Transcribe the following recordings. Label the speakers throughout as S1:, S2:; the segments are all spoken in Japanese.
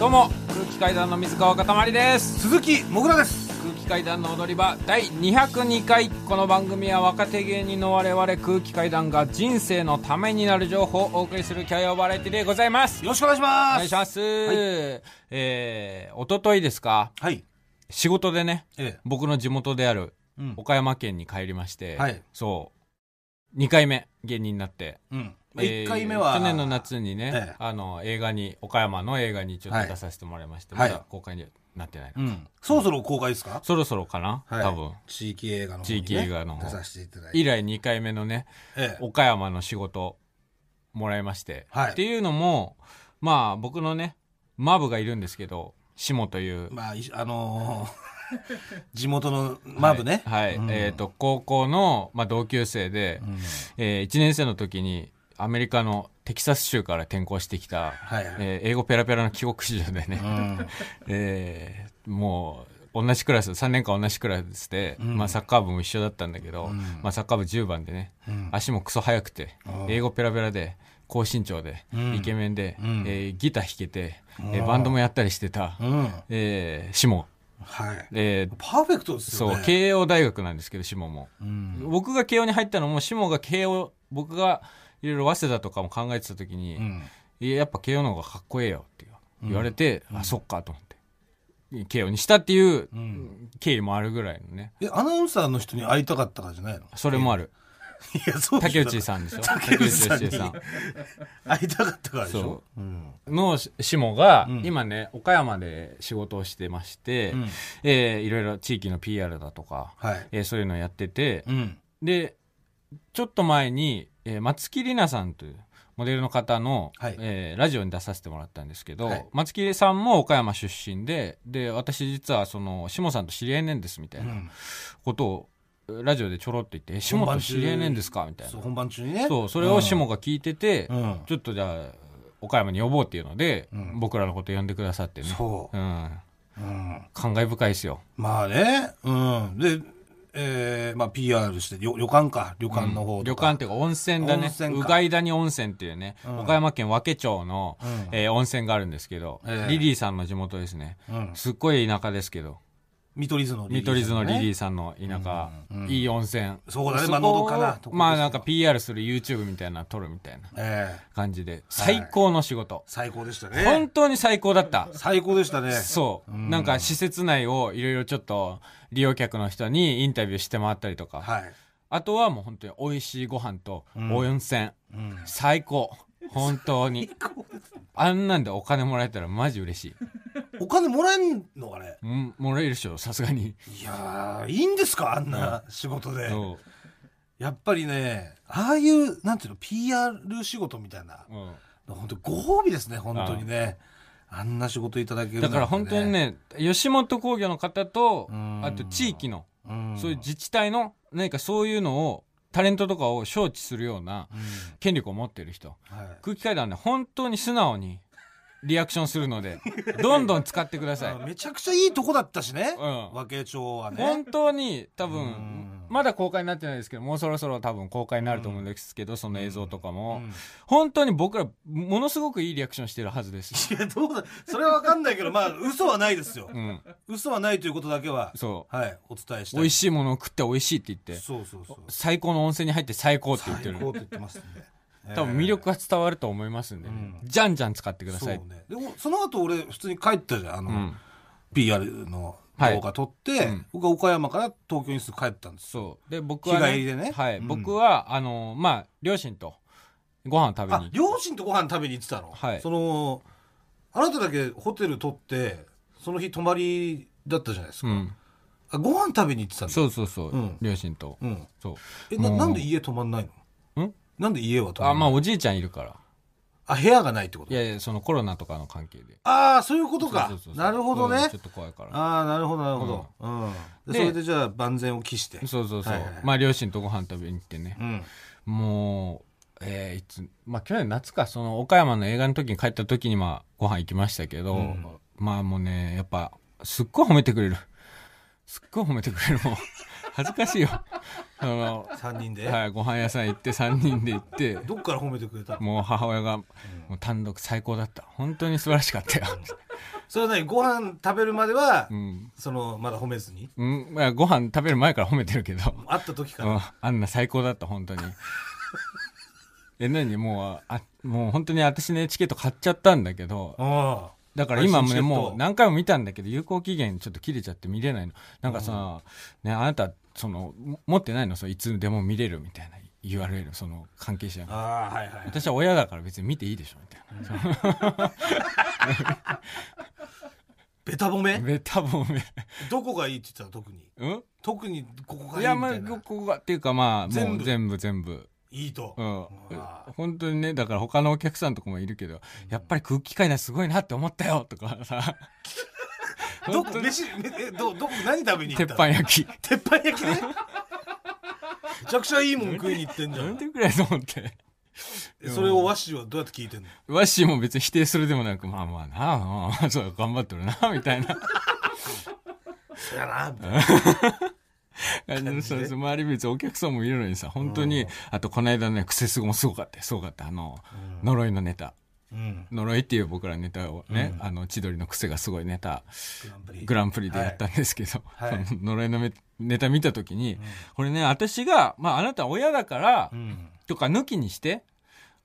S1: どうも空気階段の水川かたまりです
S2: 鈴木もぐらです
S1: 空気階段の踊り場第202回この番組は若手芸人の我々空気階段が人生のためになる情報をお送りするキャリアバラエティでございます
S2: よろしくお願いします
S1: お願いします、えー、おとといですか
S2: はい
S1: 仕事でね、
S2: ええ
S1: 僕の地元である
S2: うん
S1: 岡山県に帰りまして、
S2: はい
S1: そう2回目芸人になって
S2: うん
S1: えー
S2: 1回目は
S1: 去年の夏にね、
S2: ええ
S1: あの映画に岡山の映画にちょっ
S2: は
S1: と
S2: い
S1: 出させてもらいまして、
S2: はい
S1: まだ公開にはなってないな、
S2: うんそろそろ公開ですか
S1: そろそろかな、多分
S2: 地域映画の方
S1: 地
S2: にね
S1: 域映画の方
S2: 出させていただい
S1: 以
S2: て
S1: 来2回目のね
S2: ええ
S1: 岡山の仕事もらいまして、
S2: はい
S1: っていうのもまあ僕のねマブがいるんですけどシモという、
S2: まあいあのー 地元のマブね
S1: はい、
S2: うん
S1: えっ、と高校の、まあ、同級生で、
S2: うん
S1: え1年生の時にアメリカのテキサス州から転校してきた、
S2: はいはい
S1: えー英語ペラペラの帰国子女でね、
S2: うん
S1: えーもう同じクラス3年間同じクラスで、
S2: うん
S1: まあ、サッカー部も一緒だったんだけど、
S2: うん
S1: まあ、サッカー部10番でね、
S2: うん
S1: 足もクソ速くて
S2: ああ
S1: 英語ペラペラで高身長で、
S2: うん
S1: イケメンで、
S2: うん
S1: えーギター弾けて、え
S2: あ
S1: ー
S2: あ
S1: バンドもやったりしてた、
S2: うん
S1: えーシモン、
S2: はい
S1: えー
S2: パーフェクトですよ
S1: そ
S2: ね
S1: う慶応大学なんですけどシモンも。
S2: うん
S1: 僕が慶応に入ったのも志望が慶応僕がいろいろ早稲田とかも考えてた時に、
S2: うん
S1: いややっぱ慶応の方がかっこええよって言われて、あそっかと思って慶応にしたっていう
S2: うん
S1: 経緯もあるぐらいのね
S2: えアナウンサーの人に会いたかったからじゃないの
S1: それもある
S2: いやそうでし
S1: 竹
S2: ょ
S1: 内さんでしょ
S2: 竹内さんに
S1: 竹内
S2: 会いたかったからでし
S1: そ
S2: ょ
S1: う
S2: うん
S1: の志望が、
S2: うん
S1: 今ね岡山で仕事をしてまして、
S2: うん
S1: えーいろいろ地域の PR だとか、
S2: はい
S1: えーそういうのをやってて、
S2: うん
S1: でちょっと前に、えー松木里奈さんというモデルの方の、
S2: はい
S1: えーラジオに出させてもらったんですけど、
S2: はい
S1: 松木さんも岡山出身でで私実はその下さんと知り合いねんですみたいうなんことを、ラジオでちょろっと言ってえ「下と知り合いねんですか?」みたいな
S2: そ
S1: そうう
S2: 本番中にね
S1: それを下が聞いてて、
S2: うんうん
S1: ちょっとじゃあ岡山に呼ぼうっていうので、
S2: うん
S1: 僕らのこと呼んでくださってね、
S2: そう
S1: ん、
S2: う、うん、
S1: 感慨深いですよ
S2: まあねうんでえー、まあ PR して旅旅館か旅館の方
S1: 旅
S2: とか、
S1: 館っていうか温泉だ
S2: 温
S1: ね
S2: 泉
S1: う
S2: か
S1: がい谷温泉っていうね、
S2: うん
S1: 岡山県和気町の、
S2: うん
S1: えー温泉があるんですけど、
S2: ええ
S1: リリーさんの地元ですね
S2: うん、
S1: すっごい田舎ですけど
S2: 見取り図の
S1: 見取り図のリリー
S2: ス
S1: さんの田舎、
S2: うんうん
S1: いい温泉
S2: そうだね
S1: こ
S2: まあのどかなとこですよ
S1: まあなんか PR する YouTube みたいなの撮るみたいな
S2: ええ
S1: 感じで最高の仕事、
S2: 最高でした
S1: 本
S2: ね
S1: 当に最高だった
S2: 最高でしたね
S1: そう、なんか施設内をいろいろちょっと利用客の人にインタビューして回ったりとか、
S2: はい、
S1: あとはもう本当に美味しいご飯と温泉、
S2: うん、
S1: 最高本当にあんなんでお金もらえたらマジ嬉しい
S2: お金もらえんのかね
S1: うんもらえるでしょさすがに
S2: いやーいいんですかあんな仕事で、
S1: そ
S2: やっぱりねああいうなんていうの PR 仕事みたいな
S1: う、うん
S2: 本当ご褒美ですね本当にねあんな仕事いただけるな
S1: だ
S2: んて
S1: から本当にね吉本興業の方と
S2: うん
S1: あと地域の
S2: うん
S1: そういう自治体の何かそういうのをタレントとかを招致するような
S2: うん
S1: 権力を持ってる人
S2: はい
S1: 空気階段ね本当に素直にリアクションするのでどんどん使ってください
S2: めちゃくちゃいいとこだったしね、
S1: うん
S2: 和慶町はね
S1: 本当に多分
S2: うん
S1: まだ公開になってないですけどもうそろそろ多分公開になると思うんですけど、その映像とかも、
S2: うん
S1: 本当に僕らものすごくいいリアクションしてるはずです、
S2: いやどうだそれは分かんないけどまあ嘘はないですよ、
S1: うん、
S2: 嘘はないということだけは
S1: そう
S2: はいお伝えしたい
S1: 美味しいものを食って美味しいって言って
S2: そうそうそう
S1: 最高の温泉に入って最高って言って
S2: 最
S1: る
S2: 高って言ってますんで
S1: 多分魅力が伝わると思いますんでね、じゃんじゃん使ってくだ
S2: そう
S1: さい
S2: ねでおその後俺普通に帰ったじゃんあの、
S1: うん
S2: PR の
S1: はい
S2: 動画撮って、
S1: うん
S2: 僕は岡山から東京にすぐ帰ったんです
S1: そうで僕は、
S2: 日帰りでね
S1: はい
S2: うん
S1: 僕はあのまあ両親とご飯を食べ
S2: あ
S1: に
S2: 両親とご飯食べに行ってたの、
S1: はい
S2: そのあなただけホテル取ってその日泊まりだったじゃないですか、
S1: うん、
S2: あご飯食べに行ってたんだ
S1: そうそうそう、
S2: うん
S1: 両親と、
S2: うん、
S1: そう
S2: えな
S1: もう
S2: なんで家泊まんないの
S1: ん
S2: なんで家は泊ま
S1: あ
S2: ん
S1: ま
S2: な
S1: あ
S2: い
S1: おじいちゃんいるから
S2: ああ部屋がないってこと
S1: いやいやそのコロナとかの関係で
S2: ああそういうことか
S1: そうそうそう
S2: なるほど
S1: うん
S2: ね
S1: ちょっと怖いから
S2: ああなるほどなるほど、うんで
S1: で
S2: それでじゃあ万全を期して
S1: そうそうそう、
S2: はいはいはい
S1: まあ両親とご飯食べに行ってね
S2: う、ん
S1: もうえーいつまあ去年夏かその岡山の映画の時に帰った時にまあご飯行きましたけど、
S2: うん
S1: まあもうねやっぱすっごい褒めてくれるすっごい褒めてくれるもう恥ずかしいよあの、
S2: 3人で、
S1: はい、ご飯屋さん行って3人で行って
S2: どっから褒めてくれたの
S1: もう母親がもう単独最高だった本当に素晴らしかったよ、
S2: それは何ご飯食べるまでは、
S1: うん
S2: そのまだ褒めずに
S1: うんまあ、ご飯食べる前から褒めてるけど、
S2: 会った時か
S1: う
S2: ら
S1: んあんな最高だった本 当にえ何もうあもう本当に私のチケット買っちゃったんだけど
S2: ああ
S1: だから今も
S2: 配信
S1: ね
S2: チケット
S1: もう何回も見たんだけど有効期限ちょっと切れちゃって見れないのなんかさ、ね、あなたそのも持ってないのそういつでも見れるみたいな URL その関係者が
S2: ああはいはい
S1: 私は親だから別に見ていいでしょみたいな
S2: ベタ褒め
S1: べ多分め
S2: どこがいいって言ってたの特に
S1: うん
S2: 特にここが
S1: い
S2: いい
S1: や
S2: み
S1: ま
S2: た
S1: あ
S2: いな
S1: ここがっていうかまあも
S2: 全
S1: う
S2: 部
S1: 全部全部
S2: いいと、
S1: うん
S2: あー
S1: 本当にねだから他のお客さんとかもいるけど、やっぱり空気階段すごいなって思ったよとか さ
S2: ど
S1: 本
S2: こ
S1: 当に
S2: 飯えどどこ何食べに行
S1: 鉄
S2: った
S1: 板
S2: の
S1: 焼き
S2: 鉄板焼きねめちゃくちゃいいもん食いに行ってんじゃ
S1: なん
S2: ん
S1: てくらいと思って
S2: えそれを和紙はどうやって聞いてんの
S1: わっしーも別に否定するでもなくまあまあなまあまあそう頑張ってるなみたいな
S2: そやなみたいな
S1: 感じ
S2: 感
S1: の
S2: じで
S1: そうそう周り別にお客さんもいるのにさ本当にあとこの間ねクセスゴもすごかったよすごかったあの、呪いのネタ
S2: うん
S1: 呪いっていう僕らネタをね、あの千鳥の癖がすごいネタ
S2: グランプリ
S1: グランプリでやったんですけど、
S2: はいはい
S1: その呪いのめネタ見たときに、これね、私が、まああなたは親だから、
S2: うん
S1: とか抜きにして、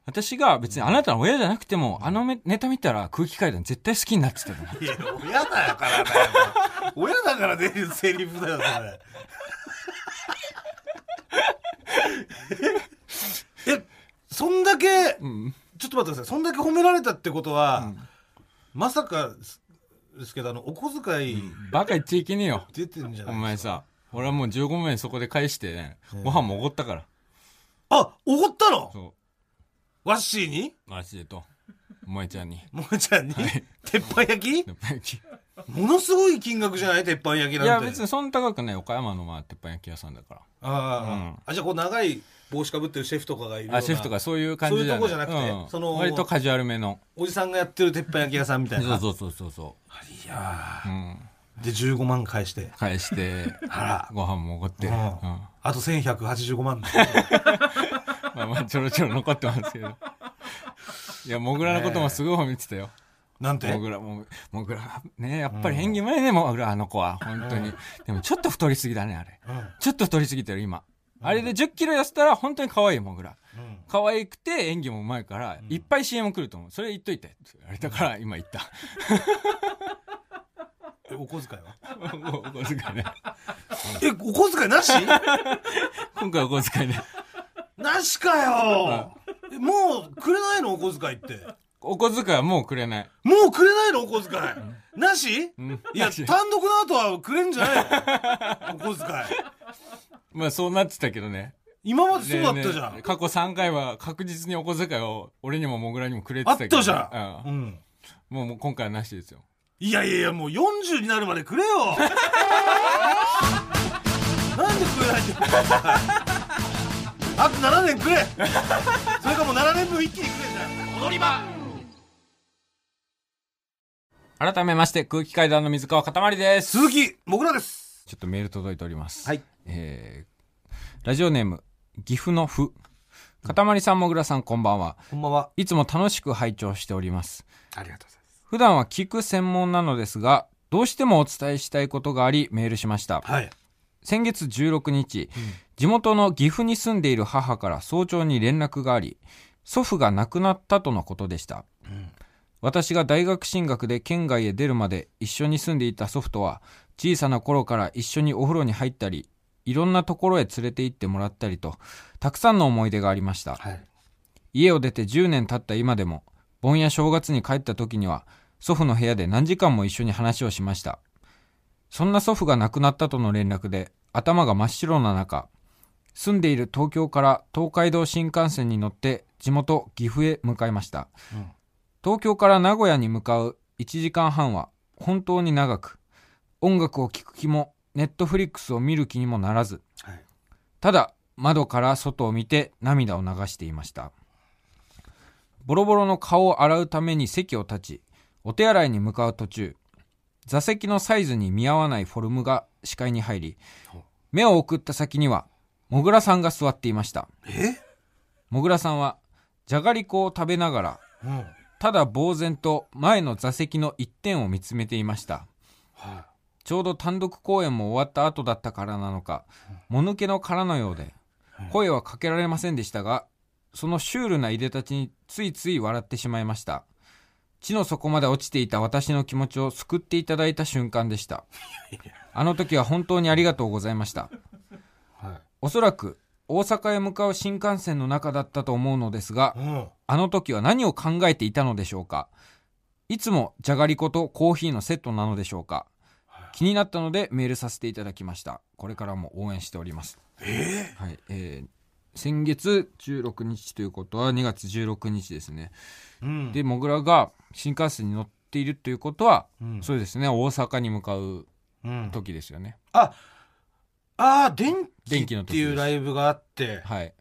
S1: 私が別にあなたの親じゃなくても、あのめネタ見たら空気階段絶対好きになって たの。
S2: いや親だからだよ親だから出るセリフだよそれえそんだけ、
S1: ん
S2: ちょっと待ってくださいそんだけ褒められたってことは、まさかすですけどあのお小遣い
S1: バカ言っちゃいけねえよ。
S2: 出てんじゃな
S1: お
S2: い、
S1: 前さ、俺はもう15万円そこで返してね、ご飯もおごったから。
S2: あおごったの
S1: そ
S2: ワッシーに
S1: う、マジでと、萌えちゃんに。
S2: もえちゃんに、鉄板焼き
S1: 鉄板焼き
S2: ものすごい金額じゃない鉄板焼きなん
S1: い
S2: て
S1: や別にそんな高くない岡山のまあ鉄板焼き屋さんだか
S2: ああ、あじゃあこう長い帽子かぶってるシェフとかがいるよ
S1: ら
S2: うな
S1: あシェフとかそういう感じじゃ
S2: そういうとこじゃなくて
S1: うん
S2: その
S1: 割とカジュアルめの
S2: おじさんがやってる鉄板焼き屋さんみたいな
S1: そうそうそうそう
S2: いや
S1: うん、
S2: ーで15万返して
S1: 返して
S2: あ
S1: ご飯もおごって、
S2: ら、
S1: うん
S2: うん
S1: ま
S2: あと1185万だ
S1: あまあちょろちょろ残ってますけどいやモグラのこともすごい褒めてたよ、
S2: なんて
S1: モグラもモグラねやっぱり演技前ねモグラあの子は本当に、でもちょっと太りすぎだねあれ、
S2: うん
S1: ちょっと太りすぎてる今あれで1 0キロ痩せたら本当に可愛いモグラ
S2: うん
S1: 可愛くて演技もうまいから、いっぱい CM 来ると思うそれ言っといてあれだから今言った
S2: えお小遣いは
S1: おお小遣いね
S2: えお小遣いなし
S1: 今回お小遣いね
S2: なしかよえもうくれないのお小遣いって
S1: お小遣いはもうくれない
S2: もうくれないのお小遣いなし、
S1: ん
S2: いや
S1: なし
S2: 単独の後はくれんじゃないのお小遣い
S1: まあそうなってたけどね
S2: 今までそうだったじゃん、
S1: ねえ過去3回は確実にお小遣いを俺にもモグラにもくれて
S2: あ
S1: たけ
S2: っ
S1: ど
S2: たじゃん、
S1: う
S2: うんん、
S1: もうもう今回はなしですよ
S2: いやいやいやもう40になるまでくれよなんでくれないんだよあと7年くれそれかもう7年分一気にくれじゃん踊り場
S1: 改めまして空気階段の水川かたまりです
S2: 鈴木もぐらです
S1: ちょっとメール届いております
S2: はい
S1: えーラジオネーム岐阜のふかたまりさんもぐらさんこんばんは
S2: こんばんはい
S1: つも楽しく拝聴しております
S2: ありがとうございます
S1: 普段は聞く専門なのですがどうしてもお伝えしたいことがありメールしました
S2: はい
S1: 先月16日、地元の岐阜に住んでいる母から早朝に連絡があり祖父が亡くなったとのことでした、私が大学進学で県外へ出るまで一緒に住んでいた祖父とは小さな頃から一緒にお風呂に入ったりいろんなところへ連れて行ってもらったりとたくさんの思い出がありました、
S2: はい
S1: 家を出て10年経った今でも盆や正月に帰った時には祖父の部屋で何時間も一緒に話をしましたそんな祖父が亡くなったとの連絡で頭が真っ白な中住んでいる東京から東海道新幹線に乗って地元岐阜へ向かいました、
S2: うん
S1: 東京から名古屋に向かう1時間半は本当に長く音楽を聴く気もネットフリックスを見る気にもならず
S2: はい
S1: ただ窓から外を見て涙を流していましたボロボロの顔を洗うために席を立ちお手洗いに向かう途中座席のサイズに見合わないフォルムが視界に入り
S2: ほう
S1: 目を送った先にはもぐらさんが座っていました
S2: え
S1: もぐらさんはじゃがりこを食べながら
S2: うんはい
S1: ただ呆然と前の座席の一点を見つめていましたちょうど単独公演も終わった後だったからなのか、もぬけの殻のようで
S2: うん、
S1: 声はかけられませんでしたが、そのシュールないでたちについつい笑ってしまいました。地の底まで落ちていた私の気持ちを救っていただいた瞬間でした。あの時は本当にありがとうございました。
S2: は
S1: おそらく大阪へ向かう新幹線の中だったと思うのですが
S2: い、うん
S1: あの時は何を考えていたのでしょうかいつもじゃがりことコーヒーのセットなのでしょうか気になったのでメールさせていただきました。これからも応援しております。
S2: え
S1: はい、えー先月16日ということは2月16日ですね。
S2: えうん
S1: で、モグラが新幹線に乗っているということは、
S2: うん
S1: そうですね、大阪に向かう
S2: うん
S1: 時ですよね。
S2: ああー電
S1: 電
S2: 気
S1: 気
S2: っ
S1: の
S2: て
S1: 時です
S2: いうライブがあって
S1: はい、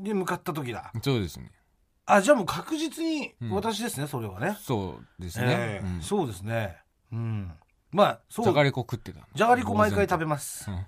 S2: で向かった時だ
S1: そうですね。
S2: あじゃあもう確実に
S1: うん
S2: 私ですね、それはね
S1: そうです
S2: え
S1: ね
S2: え。
S1: うん
S2: そうですねうんまあそう
S1: じゃがりこ食ってた。
S2: じゃがりこ毎回食べます
S1: うん。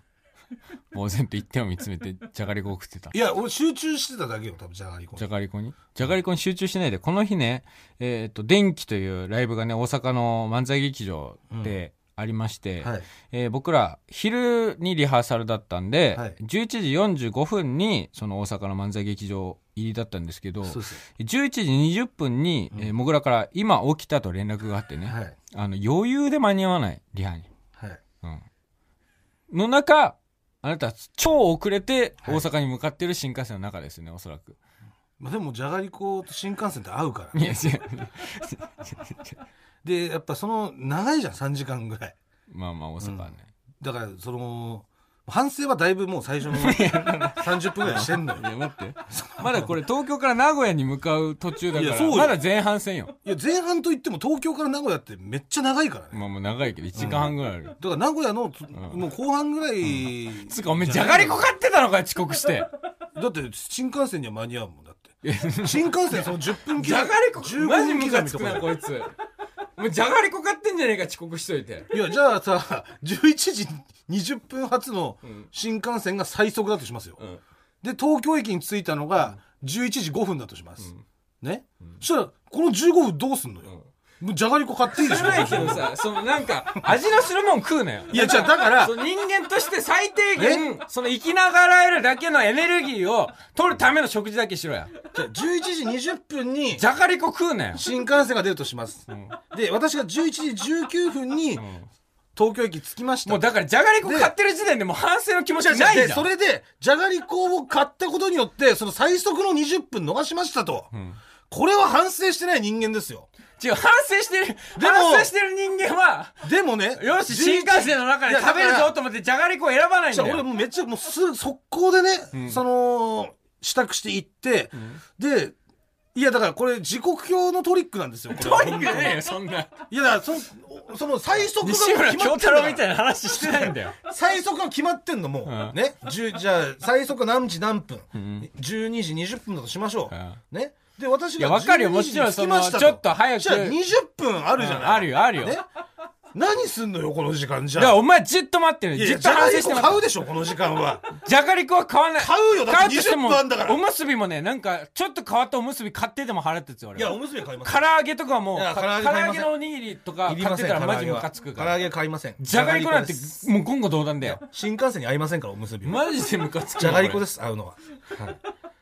S1: 呆然と一点を見つめてじゃがりこを食ってた。
S2: いや俺集中してただけよ多分じゃがりこ
S1: じゃがりこにじゃがりこに集中しないで、この日ね、えっ、と、電気というライブがね、大阪の漫才劇場でありまして、
S2: はい
S1: えー僕ら、昼にリハーサルだったんで、
S2: はい
S1: 11時45分に、その大阪の漫才劇場入りだったんですけど、
S2: そう
S1: 11
S2: です
S1: 時20分に、えーもぐらから、今起きたと連絡があってね、
S2: はい
S1: あの、余裕で間に合わない、リハに。
S2: はい
S1: うん。の中、あなた、超遅れて
S2: はい
S1: 大阪に向かってる新幹線の中ですね、おそらく。
S2: まあ、でもじゃがりこと新幹線って合うから
S1: いや、違う。
S2: でやっぱその長いじゃん3時間ぐらい
S1: まあまあ大阪はね、
S2: だからその反省はだいぶもう最初の30分ぐらいしてんのよ
S1: いや待 ってまだこれ東京から名古屋に向かう途中だか
S2: いや
S1: ら
S2: そうよ
S1: まだ前半戦よ
S2: いや前半といっても東京から名古屋ってめっちゃ長いからね
S1: まあもう長いけど1時間半ぐらいある、
S2: だから名古屋のつ、もう後半ぐらい、
S1: つうかおめえじゃがりこ買ってたのかよ遅刻して
S2: だって新幹線には間に合うもんだって新幹線その10分刻み
S1: じゃがりこ
S2: 15
S1: マジ
S2: 分
S1: ム
S2: 刻
S1: カ
S2: み
S1: つ
S2: と
S1: く
S2: かだ
S1: な
S2: よ
S1: こいつお前じゃがりこ買ってんじゃねえか遅刻しといて
S2: いやじゃあさ11時20分発の新幹線が最速だとしますよ、
S1: ん
S2: で東京駅に着いたのが11時5分だとします、ね、そしたらこの15分どうすんのよ、もうじゃがりこ買っていいでしょ
S1: ないけど さそのなんか味のするもん食うなよ
S2: いやじゃあだから
S1: その人間として最低限その生きながらえるだけのエネルギーを取るための食事だけしろや
S2: じゃあ11時20分に
S1: じゃがりこ食うなよ
S2: 新幹線が出るとします、で私が11時19分に東京駅着きました
S1: もうだからじゃがりこ買ってる時点でもう反省の気持ち
S2: じゃ
S1: はな
S2: あ
S1: いじゃん
S2: でそれでじゃがりこを買ったことによってその最速の20分逃しましたと、これは反省してない人間ですよ
S1: 違う、反省してる、
S2: でも
S1: 反省してる人間は、
S2: でもね
S1: よし、新幹線の中で食べるぞと思って、じゃがりこを選ばないん
S2: じゃ
S1: だ
S2: あ俺
S1: よ。
S2: もうめっちゃもうすぐ速攻でね、その支度して行って、でいやだからこれ時刻表のトリックなんですよこれは
S1: トリックじゃねえよ、そんな。
S2: いやだからそのその最速が
S1: 西村
S2: 決ま
S1: 京
S2: って
S1: 太
S2: る
S1: 郎みたいな話してないんだよ。
S2: 最速が決まってんのもう、
S1: うん
S2: ね10じゃあ最速何時何分、12時20分だとしましょう、
S1: う
S2: ねで私が
S1: いやわかるよ
S2: 12
S1: もちろん
S2: 時に着きましたと
S1: そのちょっと早く
S2: じゃあ20分あるじゃない、
S1: うんあるよあるよ
S2: ね、何すんのよこの時間じ
S1: だから
S2: ゃあ
S1: お前じっと待ってる
S2: い
S1: ね。
S2: やい
S1: じっ
S2: や
S1: と
S2: じゃ
S1: 反省して
S2: がりこ買
S1: ま
S2: うでしょこの時間は
S1: じゃがりこは買わない。
S2: 買うよだって
S1: 買としても
S2: 20分あんだから
S1: おむすびもね、なんか、ちょっと変わったおむすび買ってても腹立つよ、俺
S2: いや
S1: は。
S2: おむすび買います
S1: 唐揚げとかはもう、
S2: いや
S1: か
S2: 唐揚げ
S1: 唐
S2: 買い
S1: 揚
S2: ま
S1: げ
S2: せん
S1: のおにぎりとか
S2: いり
S1: 買
S2: ま
S1: って
S2: せん
S1: たらマジ
S2: 唐揚げ
S1: ム
S2: は
S1: カつく
S2: 唐
S1: か
S2: 揚
S1: ら。
S2: げ買いません
S1: じゃがりこなんて
S2: じゃがりこです、
S1: もう言語道断だよ。
S2: 新幹線に合いませんからおむすびは
S1: マジでムカつくわ。
S2: じゃがりこ
S1: 俺
S2: です合うのは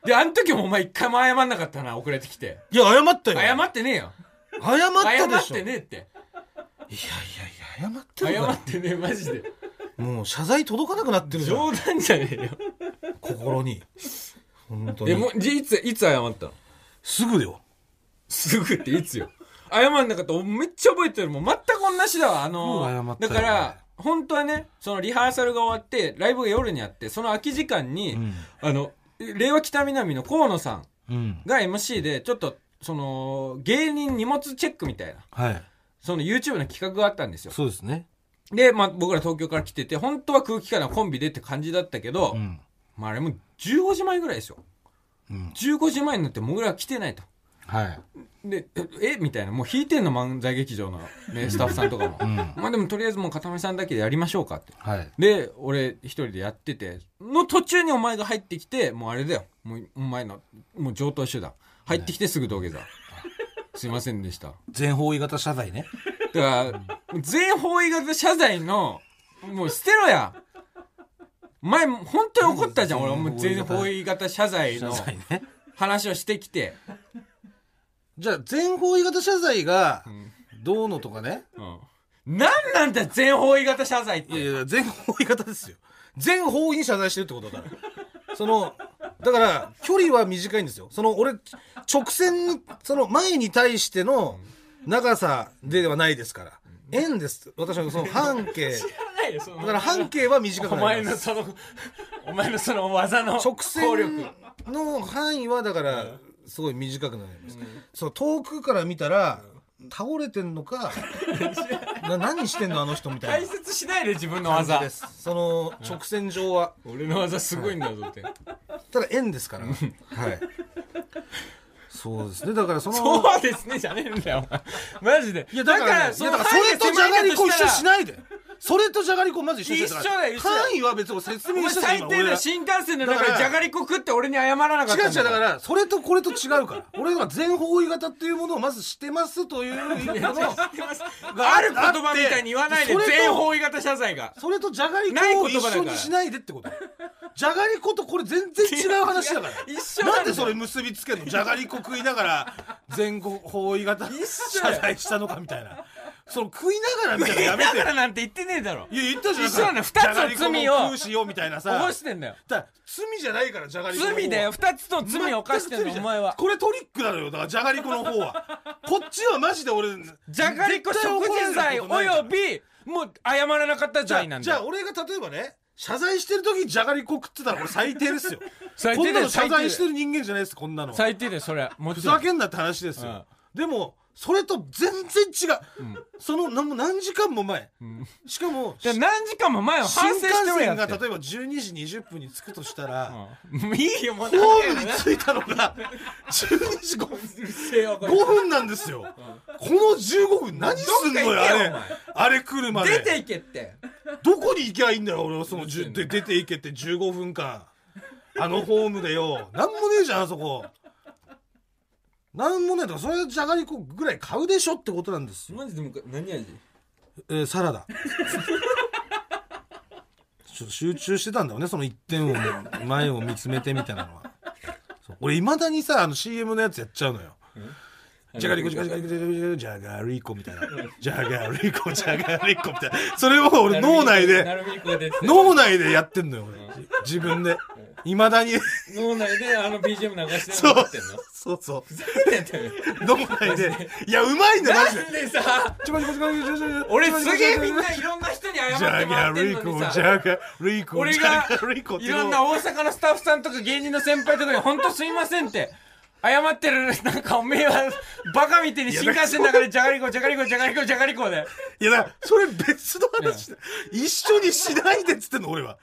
S1: で、あの時もお前一回も謝んなかったな、遅れてきて。
S2: いや謝ったよ
S1: 謝ってねえよ。
S2: 謝
S1: 謝
S2: ったで
S1: っ
S2: しょ
S1: てねえって。
S2: いやいやいや謝って
S1: 謝
S2: るから
S1: ってねえ、マジで。
S2: もう謝罪届かなくなってるじゃん
S1: 冗談じゃねえよ。
S2: 心に本当
S1: え、
S2: に
S1: もう、じいつ、いつ謝ったの
S2: すぐよ
S1: すぐっていつよ。謝んなかった。めっちゃ覚えてる。もう全く同じだわ。あ
S2: すぐ謝
S1: の
S2: っ、た
S1: だか
S2: よ
S1: ら、本当はねそのリハーサルが終わってライブが夜にあってその空き時間に、
S2: うん
S1: あの令和北南の河野さん
S2: うん
S1: が MC でちょっとその芸人荷物チェックみたいな
S2: はい
S1: その YouTube の企画があったんですよ
S2: そうですね
S1: で、まあ、僕ら東京から来てて本当は空気感のコンビでって感じだったけど、
S2: うん
S1: まあ、あれも15時前ぐらいですよ
S2: うん
S1: 15時前になってもぐらは来てないと
S2: はい
S1: でええみたいなもう引いてんの漫才劇場の、ね、スタッフさんとかも、
S2: ん
S1: まあでもとりあえずもう片目さんだけでやりましょうかって
S2: はい
S1: で俺一人でやってての途中にお前が入ってきてもうあれだよもうお前のもう上等手段入ってきてすぐ土下座、すいませんでした
S2: 全方位型謝罪ね
S1: だから、全方位型謝罪の、もう捨てろや。前、本当に怒ったじゃん。俺、もう全方位型謝罪
S2: 謝
S1: の
S2: 罪ね
S1: 話をしてきて。
S2: じゃあ全方位型謝罪がどうのとかね
S1: うん。なんなんだよ、全方位型謝罪っ
S2: いや
S1: て。
S2: いや全方位型ですよ全方位に謝罪してるってことだからそのだから距離は短いんですよその俺直線にその前に対しての長さではないですから円です私はその半径だから半径は短く
S1: お
S2: な
S1: 前
S2: りま
S1: の
S2: す
S1: その、お前のその技の
S2: 直
S1: 効力
S2: 線。の範囲はだからすごい短くなります、そう遠くから見たら倒れてんのかな何してんのあの人みたい
S1: 解
S2: な
S1: 説しないで、自分の
S2: 感じ
S1: 技
S2: で。すその直線上は
S1: 俺の技すごいんだぞって。
S2: ただ円ですから。はい。そうですね。だからその。
S1: そうですね、じゃねえんだよ、お前マジで。
S2: いやだから,、
S1: そ
S2: そ
S1: の
S2: だからそれとじゃがりこ一緒にし
S1: い
S2: ないで。それとじゃがりこまず一緒にしないで
S1: 一緒だよ一緒だよ
S2: 範囲は別に説
S1: お
S2: 明
S1: 前
S2: した
S1: 最
S2: じゃん
S1: 低
S2: 今
S1: だ
S2: 俺ら
S1: よ新幹線の中
S2: だか
S1: で
S2: ら
S1: じゃがりこ食って俺に謝らなかった
S2: 違う違
S1: ん
S2: う
S1: だ
S2: だからそれとこれと違う から俺は全方位型っていうものをまず知ってますという のの
S1: ある言葉みたいに言わないで
S2: それと
S1: 全方位型謝罪が
S2: それとじゃがり
S1: ない
S2: こを
S1: 言
S2: 一
S1: 葉だから
S2: 緒にしないでってことじゃがりことこれ全然違う話だから
S1: 違う一緒なんだよ
S2: なんでそれ結びつけるのじゃがりこ食いながら全方位型
S1: 緒だよ
S2: 謝罪したのかみたいなその食いながらみたい
S1: だ
S2: なのやめてよ
S1: からなんて言ってねえだろ
S2: いや言ったじゃん
S1: 一緒なのよ
S2: じゃが
S1: 二
S2: り
S1: つ
S2: こ
S1: の
S2: も
S1: 罪を
S2: 食うしようみたいなさ
S1: 起こしてんだよ
S2: だから罪じゃないからじゃがりこの方は
S1: 罪だよ二つの罪を犯してん
S2: 全く
S1: の
S2: 罪
S1: お
S2: じゃん
S1: 前は
S2: これトリックなのよだからじゃがりこの方 はこっちはマジで俺
S1: じゃがりこ食事罪およびもう謝らなかった
S2: じゃ
S1: 罪な
S2: あ
S1: ん
S2: じ
S1: だ
S2: ゃあ
S1: よ
S2: 俺が例えばね謝罪してる時にじゃがりこ食ってたらこれ最低ですよ
S1: 最
S2: こ
S1: 低
S2: ん
S1: だ
S2: な
S1: よ
S2: の謝
S1: 最低
S2: 罪してる人間じゃないですこんなのは
S1: 最低だよそれはも
S2: ふ
S1: ちろ
S2: ざ
S1: ん
S2: けんなって話ですよ、でもそれと全然違う、その何も何時間も前、しかも
S1: じゃあ何時間も前を
S2: 新
S1: 反省
S2: 幹
S1: してろや
S2: 線
S1: っ
S2: が
S1: て
S2: 例えば12時20分に着くとしたら、
S1: うんいいよもう
S2: ホ
S1: なんか
S2: ームに着いたのが12時5分
S1: うるせえよこれ
S2: 5分なんですよ、この15分何すんの
S1: どっ
S2: よ
S1: か行けよ
S2: あれ
S1: お前
S2: あれ来るまで
S1: 出ていけって
S2: どこに行きゃいいんだよ俺はそのじゅで出て行けって15分間あのホームでよ何もねえじゃんあそこ何もねえとかそれじゃがりこぐらい買うでしょってことなんですよ、
S1: マジでもう何味
S2: えーサラダ ちょっと集中してたんだよねその一点を前を見つめてみたいなのはそう俺いまだにさあの CM のやつやっちゃうのよじゃがりこじゃがりこじゃがりこじゃがりこみたいなじゃがりこじゃがりこみたいなそれを俺脳内で
S1: なるみにこう出てた
S2: 脳内でやってんのよ、俺。自分で。いまだに。
S1: 脳内であの BGM 流して
S2: そう
S1: なってんの。
S2: そうそ
S1: 何やって んの
S2: う。脳内で。いや、うまいんだよ、マジで。
S1: なんでさ
S2: ちょちょちょちょちょちょ
S1: 俺すげえみんないろんな人に謝
S2: ジ
S1: って
S2: ャ
S1: もら
S2: ガ
S1: ってん
S2: リ
S1: の
S2: コ
S1: に、
S2: ジ
S1: さ
S2: ャガリコ、
S1: 俺
S2: ジ
S1: が
S2: ャガリコって
S1: い
S2: いうの
S1: ろんな大阪のスタッフさんとか芸人の先輩とかに本当すいませんって謝ってる なんかおめえはバカみてえに新幹線の中でじゃがりこじゃがりこじゃがりこじゃがりこで
S2: いや、だからそれ別の話だ。一緒にしないでっつってんの、俺は。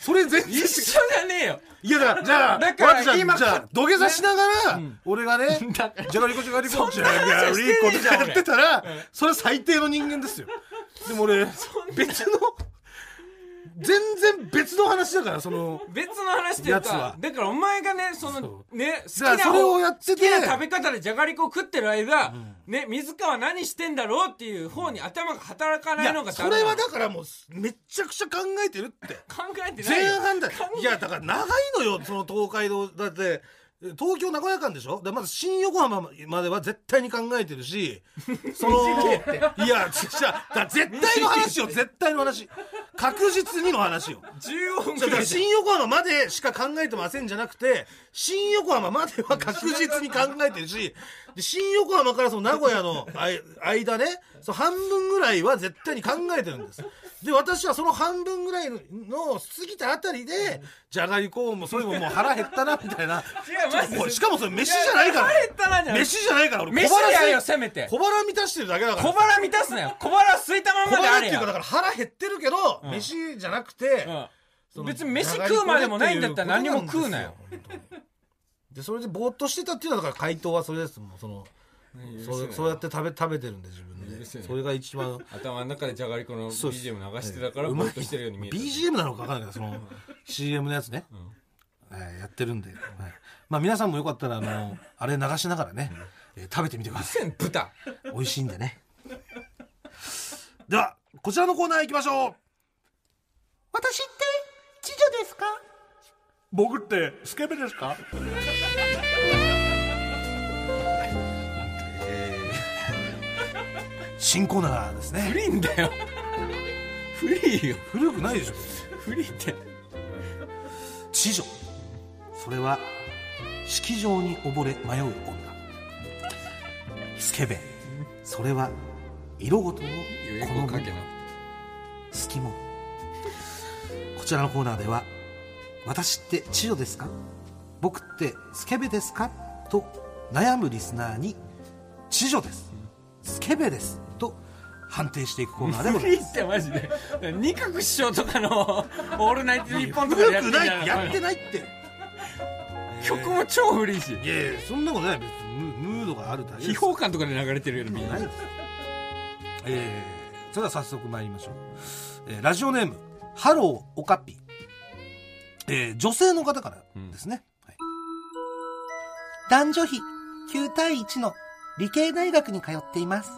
S2: それ全然違う
S1: 一緒じゃねえよ
S2: いや、だから、じゃあ、
S1: だから
S2: わっちゃん
S1: 今
S2: じゃあ、土下座しながら、俺がね、
S1: だから
S2: じゃがりこじゃがりこ、
S1: そ
S2: じ
S1: ん
S2: ゃ
S1: な
S2: が
S1: 話し
S2: り
S1: て
S2: こ
S1: ね
S2: っ
S1: え
S2: て
S1: じゃん
S2: やってたら、それは最低の人間ですよ。でも俺、別の、全然別の話だから、その、
S1: 別の話っていう
S2: やつ
S1: か
S2: は
S1: だからお前がねその
S2: そ
S1: ね好き
S2: だから
S1: な
S2: それをやって
S1: 好き
S2: て、
S1: な食べ方でじゃがりこを食ってる間、ね、水川何してんだろうっていう方に頭が働かないの
S2: い
S1: が
S2: や、それは
S1: だ
S2: だからもう、めっちゃくちゃ考えてるって。
S1: 考えてない
S2: 前
S1: よ
S2: 半だいやだから長いのよその東海道だって東京名古屋間でしょだからまず新横浜までは絶対に考えてるし そのいやちじゃあだから絶対の話よ絶対の話確実にの話よ
S1: 15分 く
S2: だからら
S1: いで
S2: 新横浜までしか考えてませんじゃなくて新横浜までは確実に考えてるしで新横浜からその名古屋のあい間ねそう半分ぐらいは絶対に考えてるんですで私はその半分ぐらいの過ぎたあたりでじゃがりこもそれももう腹減ったなみたいな
S1: 違うマジで
S2: ちょっとこれしかもそれ飯じゃないから
S1: いや腹減ったなじゃない
S2: 飯じゃないから俺
S1: 飯
S2: 小腹
S1: や
S2: すい
S1: れよせめて
S2: 小腹満たしてるだけだから
S1: 小腹満たすなよ小腹空いたまん
S2: 小
S1: まであ
S2: 腹っ
S1: れ
S2: ていうかだ
S1: や
S2: から腹減ってるけど、飯じゃなくて、
S1: う
S2: そ
S1: ん
S2: の
S1: 別に飯食うまでもないんだったら何も食うなよ
S2: 本当にでそれでぼーっとしてたっていうのはだから回答はそれですもうそのそうそうやって食べ食べてるんで自分で
S1: せえな
S2: それが一番
S1: 頭の中でじゃがりこの
S2: そうです
S1: BGM 流してたから
S2: う
S1: ぼ
S2: まい
S1: ーっとしてるように見えた
S2: BGM なのか分からないけどその CM のやつね、はいやってるんで、はいまあ皆さんもよかったらあのあれ流しながらね、えー食べてみてください
S1: 豚
S2: 美味しいんでねではこちらのコーナー行きましょう私って知女ですか僕ってスケベですか、えー新コーナーです
S1: フ
S2: ね
S1: リーんだよフリーよ
S2: 古くないでしょ
S1: フリーって
S2: 知女それは式場に溺れ迷う女スケベそれは色ごとの
S1: 英
S2: 好
S1: 語
S2: む
S1: かけな
S2: 好きもこちらのコーナーでは「私って千代ですか?」「僕ってスケベですか?」と悩むリスナーに「千代です」「スケベです」と判定していくコーナーでござ
S1: フ
S2: いま
S1: リーってマジで二角師匠とかの 「オールナイトニッポン」
S2: す
S1: とかでやって
S2: 古
S1: ん
S2: く
S1: じ
S2: な
S1: ゃない
S2: いやって
S1: の
S2: ないって
S1: 曲も超フリーし
S2: いやいやそんなことない別にムムードがあるだけ
S1: 秘宝館とかで流れてるように見え
S2: ないですえーそれでは早速参りましょう、えーラジオネームハローオカピ、えー女性の方からですね、はい男女比9対1の理系大学に通っています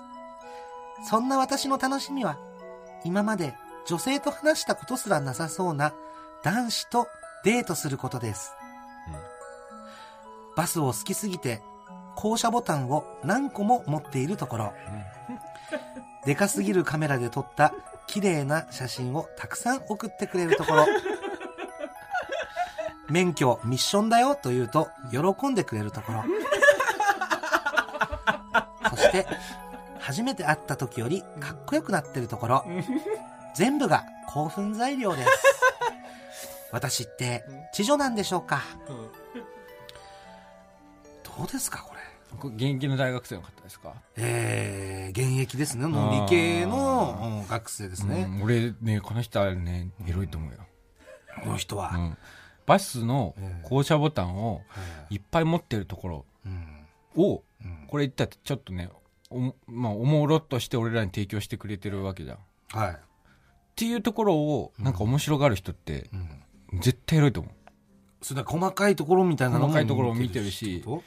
S2: そんな私の楽しみは今まで女性と話したことすらなさそうな男子とデートすることです、
S1: うん
S2: バスを好きすぎて降車ボタンを何個も持っているところ、でかすぎるカメラで撮った綺麗な写真をたくさん送ってくれるところ。免許ミッションだよと言うと喜んでくれるところ。そして、初めて会った時よりかっこよくなってるところ。全部が興奮材料です。私って、知女なんでしょうか
S1: うん
S2: どうですか、これ。
S1: これ現役の大学生の方ですか
S2: えー、現役ですね。の理系のうん学生ですね。
S1: うん俺ねこの人はねエロいと思うよ、
S2: この人は。
S1: うんバスの降車ボタンをいっぱい持ってるところ
S2: うん
S1: を
S2: うん
S1: これ言ったらちょっとねお,、まあ、おもろっとして俺らに提供してくれてるわけじゃんっ
S2: はい。
S1: ていうところをなんか面白がる人って
S2: うん。
S1: 絶対エロいと思
S2: それだから細かいところみたいなのも
S1: 細かいところを見てるし
S2: ってこ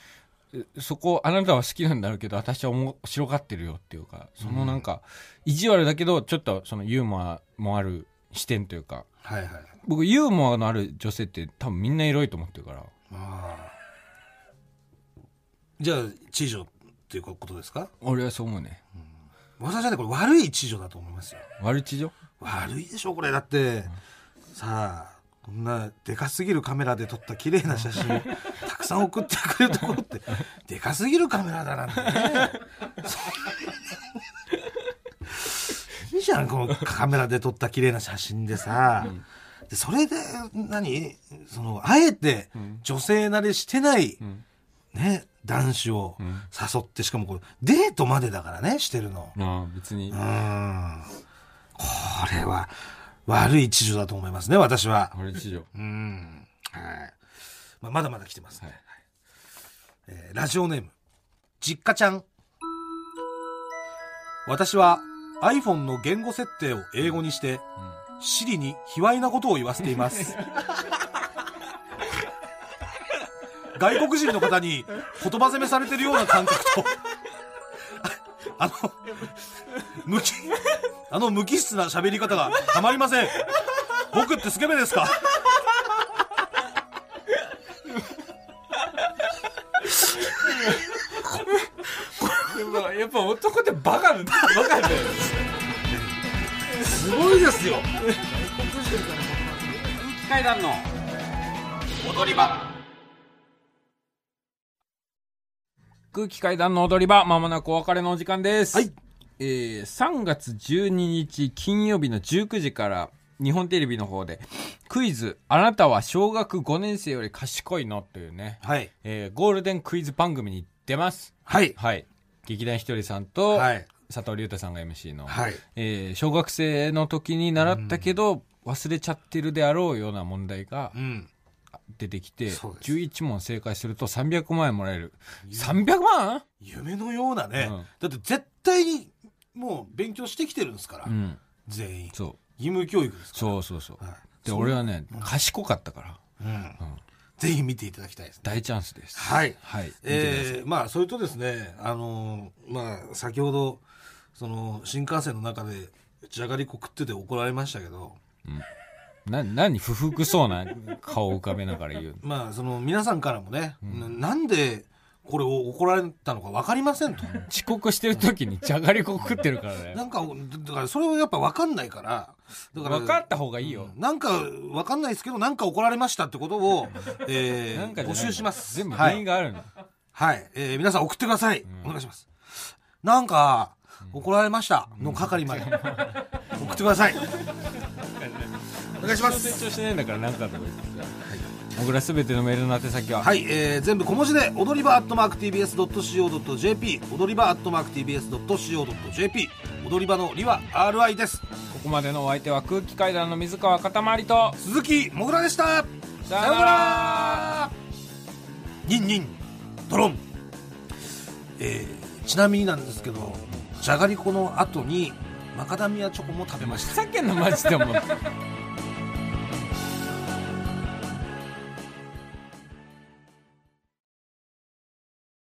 S1: うえそこあなたは好きなんだろうけど私は面白がってるよっていうかそのなんか意地悪だけどちょっとそのユーモアもある視点というか
S2: とはいはい。
S1: 僕ユーモアのある女性って多分みんなエロいと思ってるから
S2: あーじゃあ、知女っていうことですか
S1: 俺はそう思うね
S2: 私はね、これ悪い知女だと思いますよ。
S1: 悪口上
S2: 悪いでしょ、これ。だって、さあ、こんなでかすぎるカメラで撮った綺麗な写真をたくさん送ってくれるところって、でかすぎるカメラだなんてね。そういいじゃん、このカメラで撮った綺麗な写真でさ。でそれで、何その、あえて女性慣れしてない、ね、男子を誘って、しかもこれ、デートまでだからね、してるの。
S1: ああ別に
S2: うーんこれは悪い知女だと思いますね、私は。
S1: 悪口上
S2: うーん。はい。まあ、まだまだ来てますね、はいえーラジオネーム、実家ちゃん。私は iPhone の言語設定を英語にして、Siri に卑猥なことを言わせています。外国人の方に言葉攻めされてるような感覚と、ああの、無機、あの無機質な喋り方がたまりません。僕ってスケベですか
S1: やっぱ男ってバカだバカだよ
S2: すごいですよ。
S1: 階段の踊り場空気階段の踊り場まもなくお別れのお時間です
S2: はい
S1: えー3月12日金曜日の19時から日本テレビの方でクイズあなたは小学5年生より賢いのというね、
S2: はい。
S1: えーゴールデンクイズ番組に出ます。
S2: はい。
S1: はい。劇団ひとりさんと、
S2: はい
S1: 佐藤隆太さんが MC の、
S2: はい
S1: えー小学生の時に習ったけど、忘れちゃってるであろうような問題が
S2: うん。
S1: 出てきて、
S2: そうです
S1: 11問正解すると300万円もらえる。300万
S2: 夢のようなね、
S1: うん
S2: だって絶対にもう勉強してきてるんですから、
S1: うん。
S2: 全員
S1: そう。
S2: 義務教育ですか
S1: そうそうそう。
S2: ら、はい
S1: で、俺はね、賢かったから、
S2: うんぜひ見ていただきたいですね
S1: 大チャンスです。
S2: はい
S1: はい。見てください
S2: えーまあそれとですねあのーまあ先ほどその新幹線の中でじゃがりこ食ってて怒られましたけど
S1: な、何不服そうな 顔を浮かべながら言うの。
S2: まあその皆さんからもね、ななんでこれを怒られたのか分かりませんと
S1: 遅刻してる時にじゃがりこ食ってるからね
S2: な。んかだからそれはやっぱ分かんないからだから
S1: 分かった方がいいよ。
S2: なんかわかんないですけどなんか怒られましたってことを、 えー
S1: なんかじゃ
S2: 募
S1: ない
S2: 集します
S1: 全部
S2: は
S1: 原因
S2: い、
S1: があるの。
S2: はいえー皆さん送ってください、お願いしますなんか怒られましたの係まで、 送ってくださいお願いしま
S1: 一生
S2: す
S1: 成長してないんだから何かとか言ってさ。僕らすべてのメールの宛先は、
S2: はい、えー全部小文字で踊り場アットマーク TBS.CO.JP 踊り場アットマーク TBS.CO.JP 踊り場のりは RI です
S1: ここまでのお相手は空気階段の水川かたまりと、
S2: 鈴木もぐらでした
S1: さ
S2: さよならニンニンドロン、えーちなみになんですけどじゃがりこの後にマカダミアチョコも食べました
S1: ふざけんなマジでもう